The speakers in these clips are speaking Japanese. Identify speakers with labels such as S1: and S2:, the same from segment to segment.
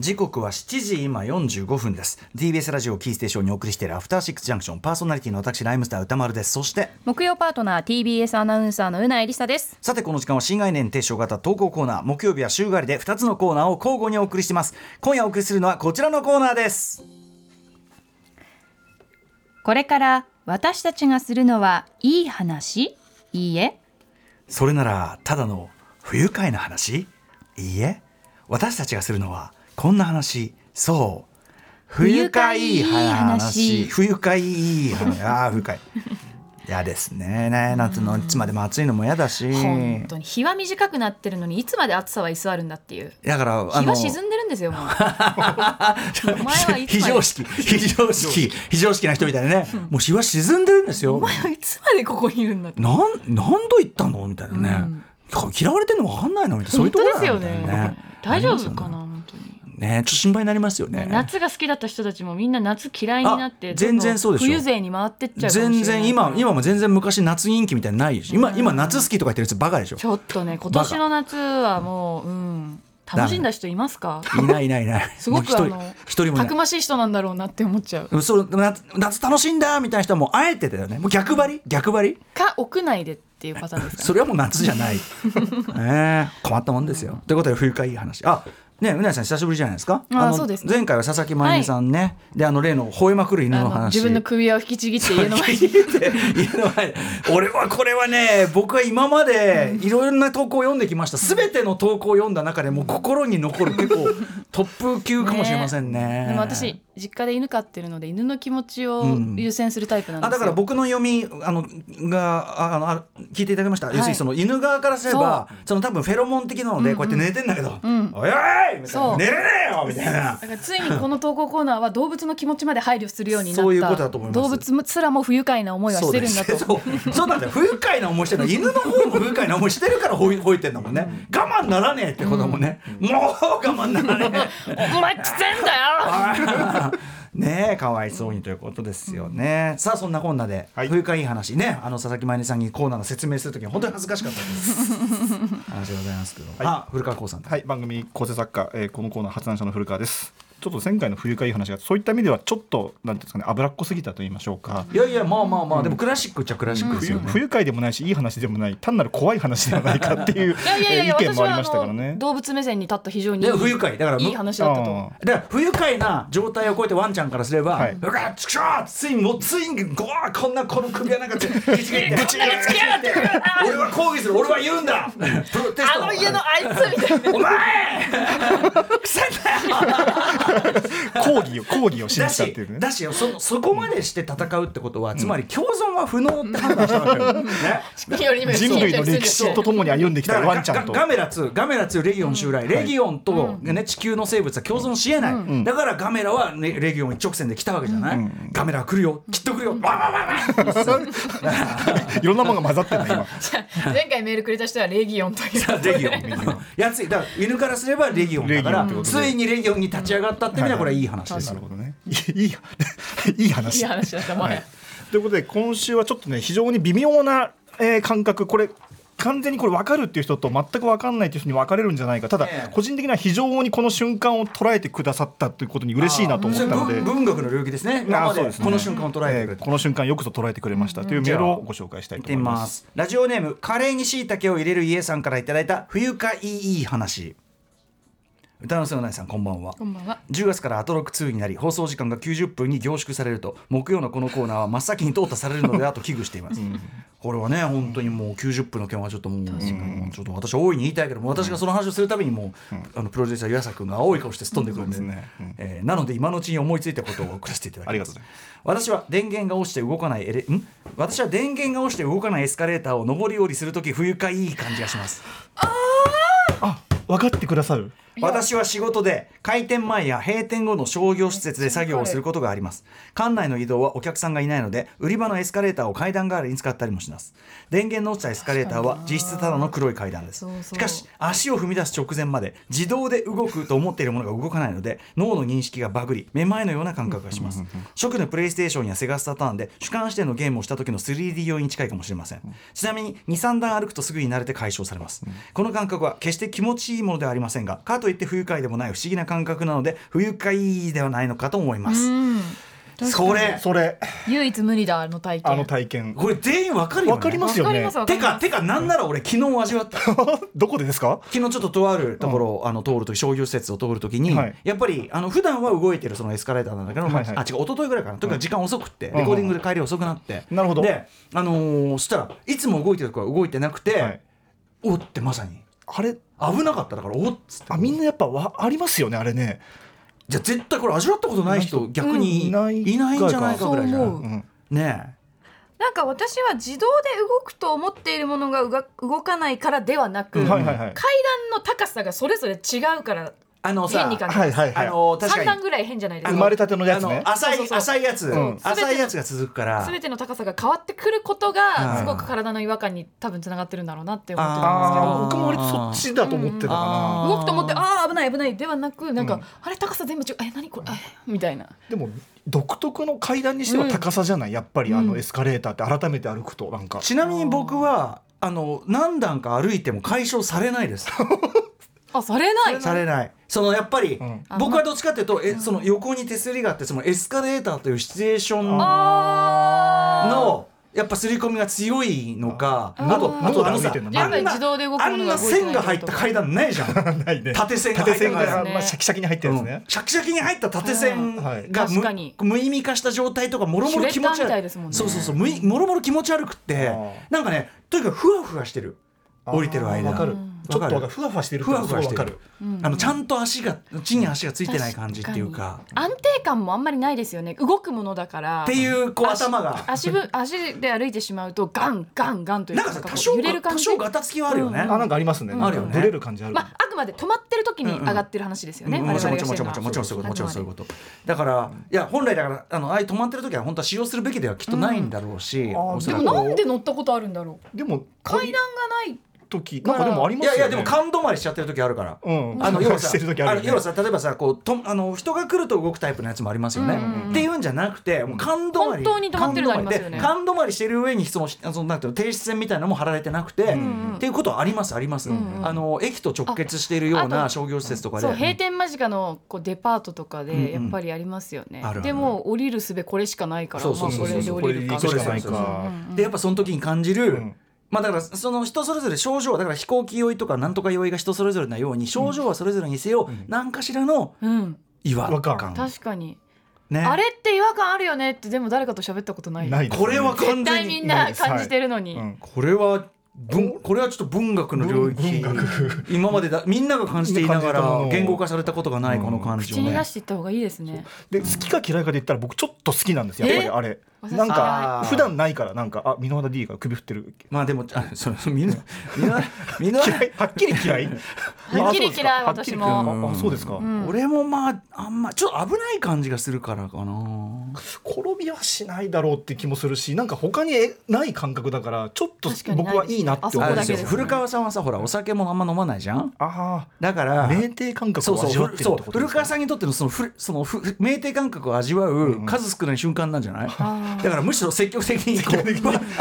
S1: 時刻は7時今45分です TBS ラジオキーステーションにお送りしているアフターシックスジャンクションパーソナリティの私ライムスター歌丸ですそして
S2: 木曜パートナー TBS アナウンサーのうなえりさです
S1: さてこの時間は新概念提唱型投稿コーナー木曜日は週替わりで2つのコーナーを交互にお送りしています今夜お送りするのはこちらのコーナーです
S2: これから私たちがするのはいい話いいえ
S1: それならただの不愉快な話いいえ私たちがするのはこんな話そう不愉快いい話不愉快いい話あー不愉快嫌ですねね夏のいつまでも暑いのも嫌だし
S3: 本当に日は短くなってるのにいつまで暑さは居座るんだっていう
S1: だからあ
S3: 日は沈んでるんですよもう お前はいつ
S1: 非
S3: まで
S1: 常識非常識非常識な人みたいなねもう日は沈んでるんですよ
S3: お前はいつまでここにいるんだって
S1: なん何度言ったのみたいなね、
S3: うん
S1: 嫌われてんの分かんないのみたいなそうい
S3: 本
S1: うと
S3: 当
S1: こ
S3: で
S1: ろ
S3: すよ
S1: なんだよ
S3: ね
S1: ね
S3: 大丈夫かな本当に
S1: ねちょっと心配になりますよね
S3: 夏が好きだった人たちもみんな夏嫌いになって
S1: あ全然そうでしょ
S3: どんどん冬勢に回ってっちゃうかもしれない
S1: 全然今今も全然昔夏人気みたいなのないし今今夏好きとか言ってるやつバカでしょ
S3: ちょっとね今年の夏はもううん楽しんだ人いますか
S1: いないいないいない
S3: すご
S1: もう
S3: くあ
S1: 一
S3: の
S1: 人一人もい
S3: た
S1: な
S3: く
S1: い
S3: ましい人なんだろうなって思っちゃう
S1: そう夏夏楽しんだみたいな人はもうあえてだよねもう逆張り逆張り
S3: か屋内でっていうパターンですかね
S1: それはもう夏じゃ ない。ねえ困ったもんですよ。ということで、冬会いい話。あねうなぎさん、久しぶりじゃないですか。
S3: あー
S1: の
S3: そうですね
S1: 前回は佐々木真由美さんね、で、あの例の吠えまくる犬
S3: あ
S1: の
S3: の
S1: 話。
S3: 自分の首輪を引きちぎって家の前に
S1: 家の前で俺はこれはね僕は今までいろんな投稿を読んできました全ての投稿を読んだ中でもう心に残る結構トップ級かもしれませんね
S3: でも私実家で犬飼ってるので犬の気持ちを
S1: うん
S3: 優先するタイプなんですよ、
S1: あだから僕の読みあのがああのあ聞いていただきました、要するにその犬側からすればその多分フェロモン的なので、こうやって寝てんだけど「おいおい!」みたい
S3: そ
S1: な「
S3: う
S1: 寝れねえよ!」みたいな
S3: だ。からついにこの投稿コーナーは動物の気持ちまで配慮するようになった
S1: そういうことだと思います
S3: 動物すらも不愉快な思いは
S1: そ
S3: し
S1: う
S3: て
S1: で
S3: るん
S1: す
S3: だと
S1: そうそうなんだよ不愉快な思いしてるの犬の方も不愉快な思いしてるからほい吠えてんだもんね我慢ならねえってことだもんね、もう我慢なら ねえ
S3: お前ちてんだ よ
S1: ねえかわいそうにということですよね、さあそんなこんなで、
S4: はい
S1: 冬会いい話ねあの佐々木真由美さんにコーナーの説明するときに本当に恥ずかしかったです話でございますけど、あ古川光さんだ
S4: はい、番組構成作家、えーこのコーナー発案者の古川です。ちょっと前回の冬会いい話がそういった意味ではちょっとなんていうんですかね脂っこすぎたと言いましょうか。
S1: いやいやまあまあまあ、でもクラシックっちゃクラシックです
S4: 冬
S1: よね、
S4: 不愉快でもないしいい話でもない単なる怖い話ではないかっていう
S3: いやいやいやいや
S4: えー意見
S3: 私
S4: もあり
S3: は
S4: ましたか
S3: あ
S4: ら
S3: の
S4: ね。
S3: 動物目線に立った非常にい
S1: で
S3: い
S1: 不愉快だから
S3: いい話だったと思う
S4: あ
S1: だから不愉快な状態を超えてワンちゃんからすれば、
S4: はいう
S1: わっちくしょうついにもうついにごわこんなこの首はなんかぶち切って
S3: こんなにつきやがって
S1: 俺は抗議する俺は言うんだプロテス
S3: あ
S1: ト
S3: の家のあいつみたいな
S1: お前腐ったよ
S4: あ抗議を抗議を
S1: だ
S4: 示したっ
S1: して
S4: いうね
S1: だ。しよそそこまでして戦うってことは、つまり共存は不能って判断したわけよ、ね
S3: 人よりも
S4: 人類の歴史とともに歩んでき
S1: だか
S4: た
S1: ら
S4: ワンちゃん
S1: ガ
S4: と
S1: ガガメラ2ガメラ2レギオン襲来、レギオンと、ね地球の生物は共存しえない、だからガメラは、ね、レギオン一直線で来たわけじゃない、ガメラは来るよきっと来るよ、わわわわ
S4: いろんなものが混ざってる今。
S3: 前回メールくれた人はレギオンという
S1: レギオンやついだから犬からすればレギオンだか
S4: レギオン
S1: ら
S4: ってことで
S1: ついにレギオンに立ち上がったってみたらこれはいい話ですよ
S4: なるほどね。いいいい いい
S3: い
S4: 話。
S3: い話だった
S4: はい、ということで今週はちょっとね非常に微妙な、えー感覚これ完全にこれ分かるっていう人と全く分かんないっていう人に分かれるんじゃないかただ、
S1: ええ
S4: 個人的には非常にこの瞬間を捉えてくださったということに嬉しいなと思ったの
S1: それ
S4: で
S1: 文。文学の領域ですね今
S4: あ
S1: ま
S4: ーそう
S1: で
S4: ですね
S1: この瞬間を捉えてく
S4: え
S1: れ
S4: ー
S1: た、
S4: この瞬間よくぞ捉えてくれましたというメールをご紹介したい
S1: 見
S4: と
S1: て
S4: 思
S1: み
S4: い
S1: ま
S4: ます。
S1: すラジオネームカレーにしいたけを入れる家さんからいただいた不愉快いい話歌の瀬のないさんこんばんは
S3: こんばんは
S1: 10月からアトロック2になり放送時間が90分に凝縮されると木曜のこのコーナーは真っ先に淘汰されるのではと危惧しています、これはね本当にもう90分の件はちょっともううんちょっと私は大いに言いたいけども私がその話をするためにもう、あのプロデューサー湯浅君が青い顔してすっ飛んでくるんです
S4: そうですねうん
S1: えーなので今のうちに思いついたことを送らせていただきます
S4: ありがとうございます
S1: 私は電源が落ちて動かないエレん私は電源が落ちて動かないエスカレーターを上り下りするとき不愉快いい感じがします
S4: あ分かってくださる
S1: 私は仕事で開店前や閉店後の商業施設で作業をすることがあります館内の移動はお客さんがいないので売り場のエスカレーターを階段代わりに使ったりもします電源の落ちたエスカレーターは実質ただの黒い階段です
S3: そうそう
S1: しかし足を踏み出す直前まで自動で動くと思っているものが動かないので脳の認識がバグりめまいのような感覚がします初期のプレイステーションやセガスタターンで主観視点のゲームをした時の 3D 用に近いかもしれませんちなみに23段歩くとすぐに慣れて解消されますこの感覚は決して気持ちいいものではありませんがかとといって不愉快でもない不思議な感覚なので不愉快ではないのかと思います、
S3: うん
S1: それ
S4: それ
S3: 唯一無二だあの体験
S4: あの体験
S1: これ全員わかるよ、ね、
S4: わかりますよね
S3: わか
S1: て
S3: りま
S1: か
S3: す
S1: てかなんなら俺昨日味わった
S4: どこでですか
S1: 昨日ちょっととあるところを、あの通るとき商業施設を通るときに、
S4: はい
S1: やっぱりあの普段は動いてるそのエスカレーターなんだけど、まあ
S4: はいはい
S1: あ違う一昨日ぐらいかなとにかく時間遅くって、
S4: うん
S1: レコーディングで帰り遅くなって、
S4: なるほど
S1: であのーしたらいつも動いてるとこは動いてなくて、
S4: はい
S1: おってまさに
S4: あれ
S1: 危なかっただからおっつって
S4: あみんなやっぱわありますよねあれね
S1: じゃあ絶対これ味わったことない人逆にい
S4: い
S1: な
S4: ないい
S1: んじゃないかぐらいじゃ
S3: そう思
S1: な
S3: う
S4: うん
S1: いね
S3: なんか私は自動で動くと思っているものがうが動かないからではなく、
S1: うん
S4: はいはいはい
S3: 階段の高さがそれぞれ違うから
S1: えあのさ
S3: 変に感じ
S4: はいはいは
S1: あ
S4: い
S1: の確
S3: 3
S1: か
S3: 段
S1: に
S3: ぐらい変じゃないです
S4: 生
S3: か
S4: まれたてのや
S1: あ
S4: つね
S1: の浅い
S3: そうそうそう
S1: 浅いやつ、
S4: うん
S1: 浅いやつが続くから
S3: 全ての高さが変わってくること
S1: うん
S3: がすごく体の違和感に多分つながってるんだろうなって思って
S4: ああ
S3: たんで
S4: 僕
S3: す
S4: も割とそっちだと思っ
S1: う
S4: てた
S1: ん
S4: か
S1: あー
S3: けど動くと思ってああ危ない危ないではなくなんか、
S4: うん
S3: あれ高さ全部違うえ何これあみたいな
S4: らでも独特の階段にしては高さじゃないやっぱりあ
S3: う
S4: の
S3: ん
S4: エスカレーターって改めて歩くとなんか
S1: ちなみに僕はあの何段か歩いても解消されないです
S3: あされない
S1: されないそのやっぱり、
S4: うん
S1: 僕はどっちかっていうとえその横に手すりがあってそのエスカレーターというシチュエーション
S3: あー
S1: のやっぱ刷り込みが強いのか
S3: あ
S1: あと
S3: あ
S1: あと
S4: あ
S1: あのさ
S4: 見てんの
S1: あ
S3: やっぱ
S1: ん
S3: り
S1: な
S3: 自動で動く
S1: あ
S3: も
S1: ん
S3: の
S1: な
S3: が動いてな
S1: 線
S3: い
S1: が入った階段ないじゃん
S4: ないね
S1: 縦線が入
S4: 縦
S1: っ
S4: 線
S1: た
S4: が、
S3: ね
S4: まあ、シャキシャキに入ったやつね
S1: うん、シャキシャキに入った縦線
S4: はいはい
S1: がむ
S3: 確かに
S1: 無意味化した状態とかもろもろ気持ち
S3: シュレッダーみたい
S1: 悪
S3: ですもんね
S1: そうそうそうむいもろもろ気持ち悪くって
S4: あー
S1: なんかねとにかくふわふわしてる降りてる間
S4: あーわかる
S3: うん
S4: ちょっとわかるふわふわしてる
S1: ふわふわして
S4: わか
S1: る
S4: る
S3: うん
S1: あのちゃんと足が地に足がついてない感じっていうか
S3: 確に安定感もあんまりないですよね動くものだから
S1: っていうこう
S3: 足
S1: 頭が
S3: 足ぶ足で歩いてしまうとガンガンガンという
S1: なんかさ多少
S3: 揺れる
S1: が
S3: 感
S1: 多
S3: じ
S1: 少ガタつきはあるよね、
S3: うん
S4: あなんかありますね。
S1: あるよね
S4: ぶれる感じある。
S3: まあ、あくまで止まってる時に上がってる話ですよね、
S1: うんも
S3: 我
S1: ちろん
S3: 々
S1: もち
S3: が
S1: ろん
S3: し
S1: も
S3: て
S1: ち
S3: る
S1: ろん
S3: の
S1: も
S3: は
S1: ちろんもちろんそういうこともちろんそういう
S3: あくまで
S1: ことだからいや本来だからあのああいう止まってる時は本当は使用するべきではきっとないんだろうし、
S4: んあー
S1: おそ
S3: で
S1: ら
S3: も
S1: く
S3: なんで乗ったことあるんだろう
S4: でも
S3: 階段がない
S4: 時なんかでもあり
S1: い
S4: ますよ
S1: や
S4: ね。
S1: いやでも勘止まりしちゃってる時あるから。
S4: うん。
S1: あの要はさ
S4: してる時
S1: あ
S4: あ
S1: の
S4: る
S1: 要
S4: よ
S1: は
S4: ね。
S1: さ例えばさこうとあの人が来ると動くタイプのやつもありますよね。
S3: うんうんうん
S1: っていうんじゃなくてもう感動まり
S3: 本当に止まってるのありますよね
S1: 感動まりしてる上にそのしそのなんていうの停止線みたいなのも張られてなくて、
S3: んうん
S1: っていうことはありますあります、
S3: んうん
S1: あの駅と直結しているよう
S3: あ
S1: な
S3: あと
S1: 商業施設とかで
S3: そう閉店間近のこうデパートとか
S1: うんうん
S3: でやっぱりありますよね、
S1: あるある
S3: でも降りる術これしかないから
S1: そ
S3: ま
S1: う
S3: あ
S1: そうそう
S3: そ
S1: そう
S3: れで降りるか
S1: これで行くしかない
S4: か
S3: うんうん
S1: でやっぱその時に感じる、
S4: ん
S1: まあだからその人それぞれ症状だから飛行機酔いとかなんとか酔いが人それぞれなように症状はそれぞれにせよ、
S4: ん
S1: 何かしらの
S3: うん
S1: 違和
S4: 違和
S1: 感
S4: 感
S3: 確かに、
S1: ね
S3: あれって違和感あるよねってでも誰かと喋ったことない
S4: ないですね。
S1: これは完全に
S3: 絶対みんな感じてるのに、
S4: うん
S1: これは文これはちょっと文学の領域
S4: 文学
S1: 今までだみんなが感じていなが
S4: みんな感じたもの
S1: ら
S4: を
S1: 言語化されたことがないこの感情
S3: 口に
S1: ね
S3: 出。していった方がいいですね
S4: で好きか嫌いかで言ったら僕ちょっと好きなんですよ。やっぱりあれ。
S3: え
S4: なん
S1: あ
S4: か
S1: ー
S4: 普段ないからなんかあ箕輪田 D が首振ってる。
S1: まあでもあそうみんなみんなみん な
S4: 嫌いはっきり嫌い。
S3: はっきり嫌い
S4: あそうですか
S3: 私も
S4: はっきり嫌いあそうですか。
S3: ん
S1: 俺もまああんまちょっと危ない感じがするからかな。
S4: 転びはしないだろうって気もするし、なんか他にえない感覚だからちょっと
S3: 確かにない
S4: 僕はいいなって思
S3: そこ
S1: あ
S4: う
S1: れ
S4: ん
S1: です
S3: だけ
S1: よ
S3: ですね
S1: 古川さんはさほらお酒もあんま飲まないじゃん。
S4: あ
S1: だか
S4: あ、
S1: ら
S4: 酩酊感覚
S1: そう
S4: を
S1: そう
S4: 味わってるって
S1: そ
S4: こ
S1: う
S4: とですか。
S1: 古川さんにとってのそのふそのふ酩酊感覚を味わう数少ない瞬間なんじゃない、
S3: あー
S1: だからむしろ積極的にこう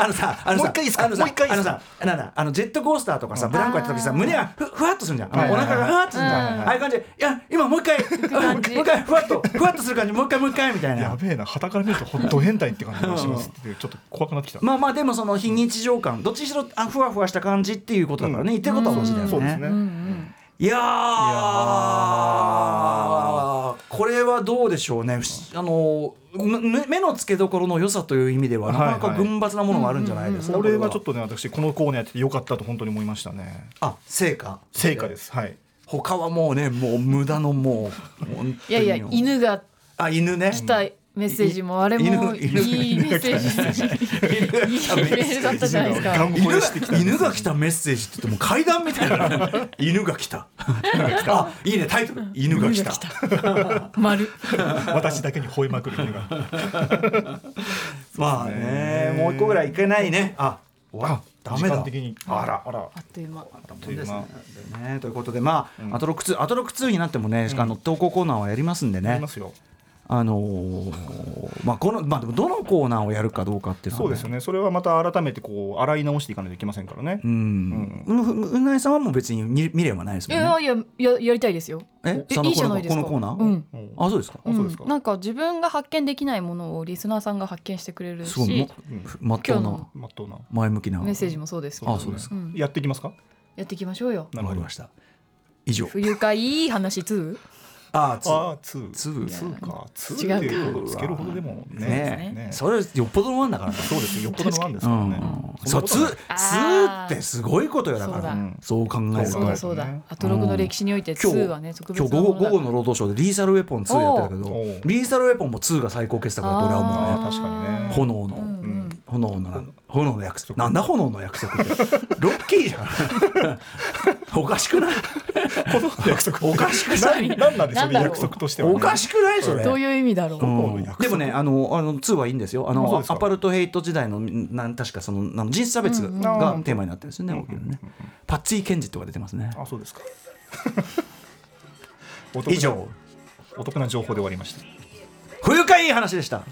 S1: あのさあのさ
S4: もう一回いいっすか
S1: あのさ
S4: もう一回いい
S1: あ
S4: っ
S1: の
S4: すか
S1: さなんだあのジェットコースターとかさブランコやった時さ
S3: あー
S1: 胸がふふわっとするじゃん、
S4: はいはいはい
S1: お腹がふわっとするじゃん、
S3: うん
S1: ああいう感じでいや今もう一回もう
S3: 感じ
S1: 一回ふわっとふわっとする感じもう一回もう一回みたい
S4: や
S1: な。
S4: べえな、旗から見るとほんと変態って感じがしますっていう、ちょっと怖くなってきた。
S1: まあまあでもその非日常感どっちにしろあふわふわした感じっていうことだからね、言ってることは同じだよね。
S4: そうですね。
S3: うんうん
S1: いやー
S4: や
S1: これはどうでしょうね、あのむ目目の付けどころの良さという意味では、なかなか
S4: はいはい
S1: 群抜なものがあるんじゃないですか、
S4: これはちょっ
S1: と
S4: とね、私このコーナーやっててよかったと本当に思いましたね。
S1: あ成果
S4: 成果です。 はい。
S1: 他はもうねもう無駄のもう本当に
S3: いやいや犬が
S1: あ犬ね
S3: 来たメッセージもあれも
S1: 犬犬
S3: いいメッセージいいメッセージだったじゃないですか
S4: 頑
S1: 犬
S4: 固
S1: が
S4: にしてきた。
S1: 犬が来たメッセージって言ってもう階段みたいな 犬が来たあいいねタイトル「犬が来た」
S3: 丸
S4: 私だけに吠えまくる犬が。
S1: まあねもう一個ぐらいいけないねあ終わっダメ
S4: 時
S1: だ
S4: 間的に。
S1: あら
S4: あら。
S3: あっという間
S4: あっという間。
S1: ね、ということで、まあ、アトロック2、アトロック2になってもね、あの投稿コーナーはやりますんで
S4: あり
S1: ね
S4: ま。すよ。
S1: あのーまあこのまあでもどのコーナーをやるかどうかっていうのは
S4: そうですよねそれはまた改めてこう洗い直していかないといけませんからね
S1: う、ん、うふうなえさんはもう別に見見ればないです
S3: い
S1: もんね
S3: やいやややりたいですよ。
S1: え
S3: え
S1: その
S3: いいじゃないですか。
S1: このコーナー
S3: うん
S4: うん
S1: あそうですか、
S4: あそうですか
S3: んなんか自分が発見できないものをリスナーさんが発見してくれる
S1: すごいも
S3: し、
S4: うん
S1: まっとうな
S4: まっとうな
S1: 前向きな
S3: メッセージもそうですけど。
S1: あそうです
S3: う
S1: か
S3: ん
S4: やっていきますか
S3: やっていきましょうよ。
S1: わかりました以上
S3: 不愉快いい話2。
S1: あ
S4: たああ2
S1: ツー
S4: ツーかツ
S3: 違
S4: ー
S3: うか
S4: っていうことつけるほどでも
S1: ね
S4: ね
S1: ね
S4: ね
S1: それよっぽどのもんだからね
S4: そうですよよっぽどの案です
S1: う
S4: から
S1: ん
S4: ね、
S1: そう
S4: んなこ
S1: ツ
S4: と
S1: ー
S4: は
S1: ツー
S3: あー
S1: ってすごいことよだか
S3: そう
S1: ら
S3: だ
S4: うん
S1: そう考える
S3: そうだ
S1: と
S3: そうだ
S4: ね。
S3: アトログの歴史において
S1: 今
S3: 2はね
S1: 日
S3: 特
S1: 今日
S3: 別
S1: 午
S3: なも
S1: 後午後の
S3: のだ
S1: 労働省でリーサルウェポン2やってたけ
S4: お
S1: ど
S4: う
S1: リーサルウェポンも2が最高傑作だと俺は思うね
S4: あー確かにね
S1: 炎の、
S3: うんうん
S1: 炎のな炎の約束なんだ炎の約束ってロッキーじゃん おかしくない
S4: 約束
S1: おかしくない
S4: ななんなんでしょ
S3: な
S4: うん
S3: だろう
S4: 約束としては、ね、
S1: おかしくないそれ
S3: どういう意味だろう。
S1: うんでもねあのあの2はいいんですよあ
S4: あそう
S1: の
S4: ですか
S1: アパルトヘイト時代のなん確かそのあの人種差別
S3: うんうん
S1: がテーマになってるんですよね,、大きなね
S4: うんうん
S1: パッツィ・ケンジとか出てますね
S4: あそうですかお得な
S1: 以上
S4: お得な情報で終わりました
S1: 「不愉快いい話」でしたわ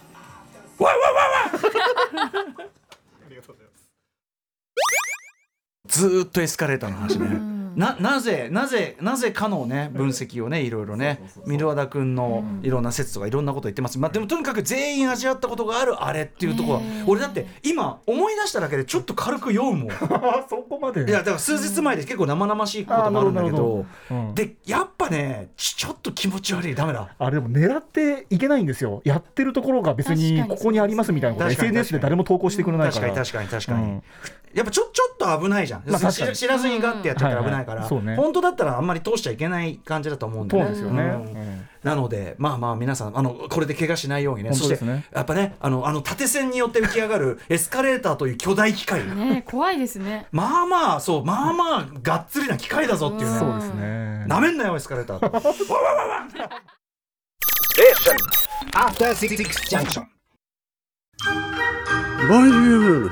S1: いわいわいわい ずーっとエスカレーターの話ね
S3: うん
S1: ななぜなぜなぜかのね分析をねいろいろねミルワダ君のいろんな説とかいろんなこと言ってます、まあ、でもとにかく全員味わったことがあるあれっていうところは
S3: ねえ
S1: 俺だって今思い出しただけでちょっと軽く酔うもんい
S4: あ そこまで
S1: やだから数日前で結構生々しいこともあるんだけ
S4: あなるほ
S1: ど
S4: うん
S1: でやっぱねちちょっと気持ち悪いダメだ
S4: あれでも狙っていけないんですよやってるところが別
S3: 確
S4: に
S3: か
S4: こ
S3: に
S4: こにありますみたいなこと
S1: 確かに
S4: SNS で誰も投稿してくれない
S1: 確
S4: か
S1: からに確かに確かに、
S4: うん
S1: やっぱちょちょっと危ないじゃん、
S4: まあ確かに
S1: 知知らずにガッてやっちゃったら危ないから、
S4: うんうんはいはいそうね
S1: 本当だったらあんまり通しちゃいけない感じだと思うんで
S4: そ
S1: ね
S4: うですよね、
S1: うん
S4: うん
S1: なのでまあまあ皆さんあのこれで怪我しないようにね
S4: 本当ですね
S1: そしてやっぱねあのあの縦線によって浮き上がるエスカレーターという巨大機械
S3: ね怖いですね。
S1: まあまあそうまあまあがっつりな機械だぞっていうね
S4: そうですね
S1: なめんなよエスカレータ ー
S5: After Six Junction.
S6: ボンジュール